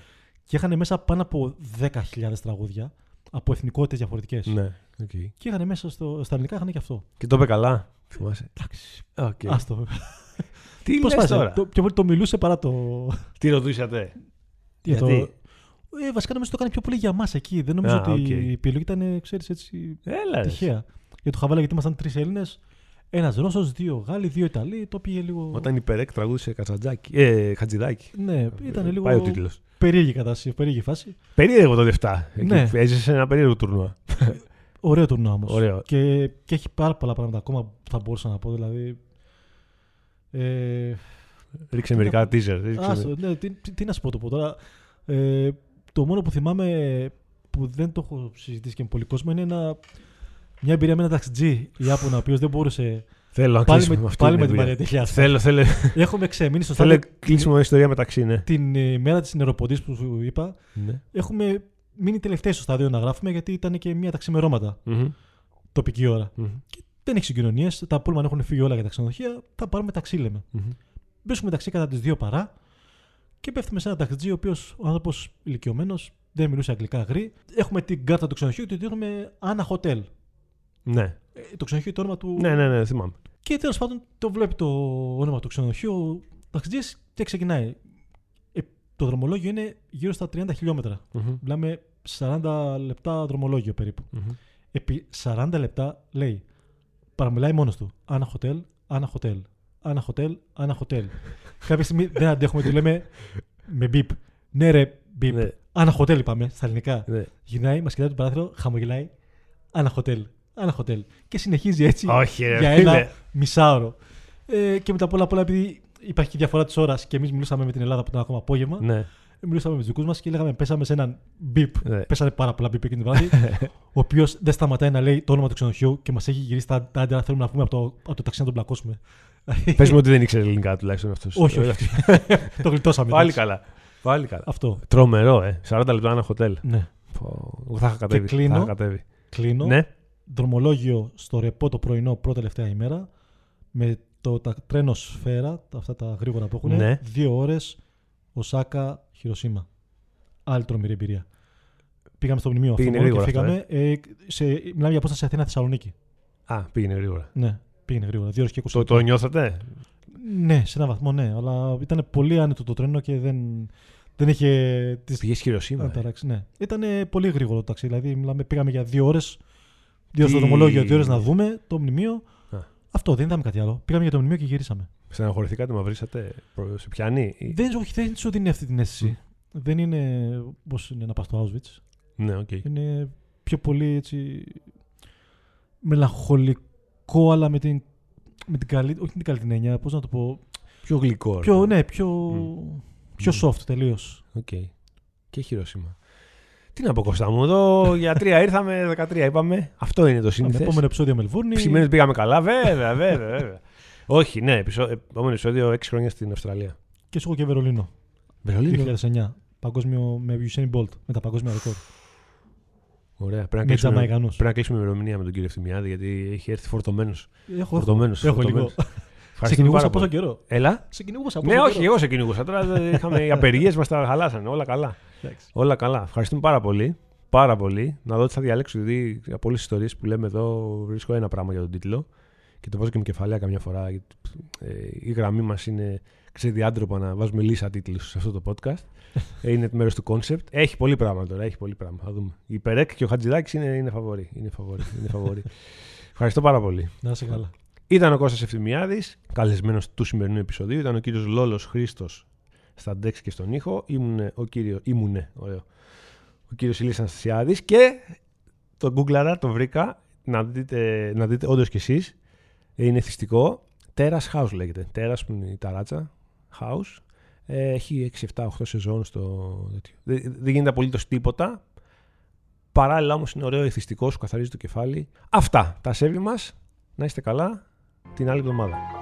Speaker 2: Και είχαν μέσα πάνω από 10.000 τραγούδια από εθνικότητες διαφορετικές.
Speaker 1: Ναι. Οκ.
Speaker 2: Και είχαν μέσα στο, στα ελληνικά είχαν και αυτό.
Speaker 1: Και το είπε καλά. Θυμάσαι.
Speaker 2: Εντάξει.
Speaker 1: Οκ.
Speaker 2: Άστο.
Speaker 1: Τι λες
Speaker 2: Προσπάθησε.
Speaker 1: τώρα.
Speaker 2: ε, Το, πιο πολύ το μιλούσε παρά το.
Speaker 1: Τι ρωτήσατε.
Speaker 2: για το-
Speaker 1: Γιατί?
Speaker 2: Ε, βασικά νομίζω το έκανε πιο πολύ για μας εκεί. Δεν νομίζω
Speaker 1: Α,
Speaker 2: ότι
Speaker 1: οκ.
Speaker 2: η επιλογή ήταν, ξέρεις, έτσι
Speaker 1: Έλα. ρε.
Speaker 2: Τυχαία. Για το χαβάλα, γιατί ήμασταν τρεις Έλληνες, ένας Ρώσος, δύο Γάλλοι, δύο Ιταλοί. Το πήγε λίγο.
Speaker 1: Όταν η Περέκ τραγούδισε Κατσατζάκι. Ε, Χατζηδάκι.
Speaker 2: Ναι, ήταν λίγο.
Speaker 1: Ε, Πάει ο τίτλος.
Speaker 2: Περίεργη κατάσταση, περίεργη φάση.
Speaker 1: Περίεργο το 7.
Speaker 2: Ναι.
Speaker 1: Εκεί Έζησε ένα περίεργο τουρνουά.
Speaker 2: Ωραίο τουρνουά όμως.
Speaker 1: Ωραίο.
Speaker 2: Και, και έχει πάρα πολλά πράγματα ακόμα που θα μπορούσα να πω. Δηλαδή. Ε,
Speaker 1: Ρίξε μερικά teaser. ρίξε
Speaker 2: άστο,
Speaker 1: με-
Speaker 2: ναι, τι, τι, τι να σου πω το πω τώρα. Ε, το μόνο που θυμάμαι που δεν το έχω συζητήσει και με πολύ κόσμο είναι ένα, μια εμπειρία με ένα ταξιτζή Ιάπωνα, ο οποίος δεν μπορούσε.
Speaker 1: Θέλω να
Speaker 2: πάλι
Speaker 1: κλείσουμε
Speaker 2: με-
Speaker 1: αυτή
Speaker 2: πάλι
Speaker 1: την
Speaker 2: με τη
Speaker 1: εμπειρία.
Speaker 2: Μαρία
Speaker 1: (laughs)
Speaker 2: Τηλιάς.
Speaker 1: Θέλω, θέλω,
Speaker 2: Έχουμε ξεμείνει στο
Speaker 1: θέλω
Speaker 2: στάδιο
Speaker 1: κλείσουμε μια ιστορία μεταξύ, ναι.
Speaker 2: την ε, μέρα της νεροποντής που σου είπα,
Speaker 1: Ναι.
Speaker 2: έχουμε μείνει τελευταίες στο στάδιο να γράφουμε γιατί ήταν και μία τα ξημερώματα
Speaker 1: Μμμ.
Speaker 2: τοπική ώρα.
Speaker 1: Μμμ.
Speaker 2: Δεν έχει συγκοινωνίες, τα πούλμαν έχουν φύγει όλα για τα ξενοδοχεία, θα πάρουμε ταξί λέμε.
Speaker 1: Μμμ.
Speaker 2: Βρίσκουμε ταξί κατά τις δύο παρά και πέφτουμε σε ένα ταξιτζή ο οποίος ο άνθρωπος ηλικιωμένος δεν μιλούσε αγγλικά γρή. Έχουμε την κάρτα του ξενοδοχείου και του δίνουμε Anna Hotel.
Speaker 1: Ναι.
Speaker 2: Ε, Το ξενοδοχείο το όνομα του.
Speaker 1: ναι, ναι, ναι, θυμάμαι.
Speaker 2: Και τέλος πάντων το βλέπει το όνομα του ξενοδοχείου ο ταξιτζής και ξεκινάει. Ε, το δρομολόγιο είναι γύρω στα 30 χιλιόμετρα.
Speaker 1: Μμμ.
Speaker 2: Μιλάμε 40 λεπτά δρομολόγιο περίπου.
Speaker 1: Μμμ.
Speaker 2: Επί 40 λεπτά λέει, παραμιλάει μόνος του. Ένα χοτέλ, ένα χοτέλ. Ένα χοτέλ, ένα χοτέλ.
Speaker 1: (laughs)
Speaker 2: Κάποια στιγμή δεν αντέχουμε, του λέμε με μπίπ. Ναι, ρε, μπίπ.
Speaker 1: Ναι,
Speaker 2: Ένα χοτέλ είπαμε στα ελληνικά.
Speaker 1: ναι.
Speaker 2: Γυρνάει, μας κοιτάει το παράθυρο, χαμογελάει. Ένα χοτέλ. ένα χοτέλ. Και συνεχίζει έτσι
Speaker 1: Όχι, ρε,
Speaker 2: για ένα
Speaker 1: φίλε.
Speaker 2: μισάωρο. Ε, και μετά από όλα απ' όλα, επειδή υπάρχει και διαφορά της ώρας και εμείς μιλούσαμε με την Ελλάδα που ήταν ακόμα απόγευμα,
Speaker 1: Ναι.
Speaker 2: μιλούσαμε με τους δικούς μας και λέγαμε πέσαμε σε έναν μπιπ.
Speaker 1: Ναι.
Speaker 2: Πέσανε πάρα πολλά μπιπ εκείνη
Speaker 1: (laughs)
Speaker 2: τη βράδυ. ο οποίος δεν σταματάει να λέει το όνομα του ξενοδοχείου και μας έχει γυρίσει τα τα άντρα. Θέλουμε να βγούμε από το, από το ταξί να τον
Speaker 1: (laughs)
Speaker 2: πλακώσουμε.
Speaker 1: Πες μου ότι δεν ήξερε ελληνικά τουλάχιστον αυτός.
Speaker 2: όχι, όχι. το γλιτώσαμε.
Speaker 1: Πάλι
Speaker 2: εντάξει.
Speaker 1: καλά. Πάλι καλά.
Speaker 2: Αυτό.
Speaker 1: Τρομερό, ε. 40 λεπτά ένα χοτέλ.
Speaker 2: Ναι.
Speaker 1: Πω, Εγώ θα είχα κατέβει. θα
Speaker 2: κλείνω.
Speaker 1: είχα κατέβει.
Speaker 2: Κλείνω.
Speaker 1: Ναι.
Speaker 2: δρομολόγιο στο ρεπό το πρωινό πρώτη τελευταία ημέρα με το τα, τρένο σφαίρα, τα- αυτά τα γρήγορα που έχουν,
Speaker 1: Ναι.
Speaker 2: δύο ώρες Οσάκα, Χειροσύμα. Άλλη τρομερή εμπειρία. Πήγαμε στο μνημείο
Speaker 1: Πήγαινε
Speaker 2: αυτό μόνο και
Speaker 1: γρήγορα
Speaker 2: φύγαμε. ε, σε, μιλάμε για απόσταση Αθήνα-Θεσσαλονίκη.
Speaker 1: Α, πήγαινε γρήγορα.
Speaker 2: Ναι, πήγαινε γρήγορα. Δύο ώρες και 20
Speaker 1: Το, το νιώθατε.
Speaker 2: Ναι, σε έναν βαθμό ναι, αλλά ήταν πολύ άνετο το τρένο και δεν, δεν είχε τις
Speaker 1: Πήγες χειροσύμα.
Speaker 2: Ανταράξει, ναι. Ήταν πολύ γρήγορο το ταξίδι. Δηλαδή, μιλάμε, πήγαμε για δύο ώρες. Δύο ώρες
Speaker 1: Τι-
Speaker 2: στο δρομολόγιο, δύο ώρες να δούμε το μνημείο.
Speaker 1: Α.
Speaker 2: Αυτό δεν είδαμε κάτι άλλο. Πήγαμε για το μνημείο και γυρίσαμε.
Speaker 1: Στεναχωρηθήκατε, μαυρίσατε. προ- Σε πιάνει. ή-
Speaker 2: Δεν, όχι, δεν σου δίνει αυτή την αίσθηση. Δεν είναι όπω είναι να πας στο Auschwitz.
Speaker 1: Ναι, οκ.
Speaker 2: Είναι πιο πολύ έτσι. μελαγχολικό, αλλά με την, με την καλή. Όχι με την καλή την έννοια, πώς να το πω.
Speaker 1: Πιο γλυκό.
Speaker 2: Πιο,
Speaker 1: ρε.
Speaker 2: ναι, πιο. πιο
Speaker 1: Μμ.
Speaker 2: soft τελείως.
Speaker 1: Οκ. Και χειρόσημα. Τι να πω, Κώστα μου, εδώ για τρία ήρθαμε, 13 είπαμε. Αυτό είναι το
Speaker 2: Το
Speaker 1: σύνθεση.
Speaker 2: επόμενο επεισόδιο Μελβούρνη.
Speaker 1: Σημαίνει ότι πήγαμε καλά, βέβαια, βέβαια. βέβαια. Όχι, ναι, επεισο- επόμενο επεισόδιο 6 χρόνια στην Αυστραλία.
Speaker 2: Και σου έχω και Βερολίνο. 2009. Παγκόσμιο με Usain Bolt. Με τα παγκόσμια ρεκόρ.
Speaker 1: Ωραία. Πρέπει να,
Speaker 2: με
Speaker 1: κλείσουμε, πρέπει
Speaker 2: Τζαμαϊκανούς.
Speaker 1: να κλείσουμε ημερομηνία με τον κύριο Ευθυμιάδη, γιατί έχει έρθει φορτωμένος.
Speaker 2: Έχω, έχω.
Speaker 1: Φορτωμένος.
Speaker 2: Έχω λίγο. Σε
Speaker 1: Ευχαριστούμε
Speaker 2: κυνηγούσα
Speaker 1: πάρα
Speaker 2: πόσο
Speaker 1: πολύ.
Speaker 2: καιρό.
Speaker 1: Έλα.
Speaker 2: Σε κυνηγούσα πόσο
Speaker 1: Ναι,
Speaker 2: καιρό.
Speaker 1: όχι, εγώ σε κυνηγούσα. Τώρα δεν είχαμε οι απεργίες μας τα χαλάσανε. Όλα καλά.
Speaker 2: Εντάξει.
Speaker 1: Όλα καλά. Ευχαριστούμε πάρα πολύ. Πάρα πολύ. Να δω τι θα διαλέξω, γιατί από όλε τι ιστορίες που λέμε εδώ βρίσκω ένα πράγμα για τον τίτλο και το βάζω και με κεφαλαία καμιά φορά. γιατί, ε, η γραμμή μας είναι ξεδιάντροπα να βάζουμε λύσα τίτλου σε αυτό το podcast. Ε, είναι μέρος του concept. Έχει πολύ πράγμα τώρα, έχει πολύ πράγμα. Θα δούμε. Η Περέκ και ο Χατζηδάκης είναι, είναι φαβορή. Είναι φαβορή, είναι φαβορή. Ευχαριστώ πάρα πολύ.
Speaker 2: Να είσαι καλά.
Speaker 1: Ήταν ο Κώστας Ευθυμιάδης, καλεσμένος του σημερινού επεισοδίου. Ήταν ο κύριος Λόλος Χρήστος στα ντεξ και στον ήχο. Ήμουνε ο κύριος, ήμουνε, ωραίο, ο κύριος Ηλίας Αναστασιάδης και το Google το βρήκα, να δείτε, να δείτε όντως κι εσείς, είναι θυστικό. Τέρας House λέγεται. Τέρας που είναι η ταράτσα, House. Ε, Έχει 6, 7, 8 σεζόν στο τέτοιο. Δε- Δεν γίνεται απολύτως τίποτα. Παράλληλα όμως είναι ωραίο εθιστικό, σου καθαρίζει το κεφάλι. Αυτά, τα σέβη μας. Να είστε καλά την άλλη εβδομάδα.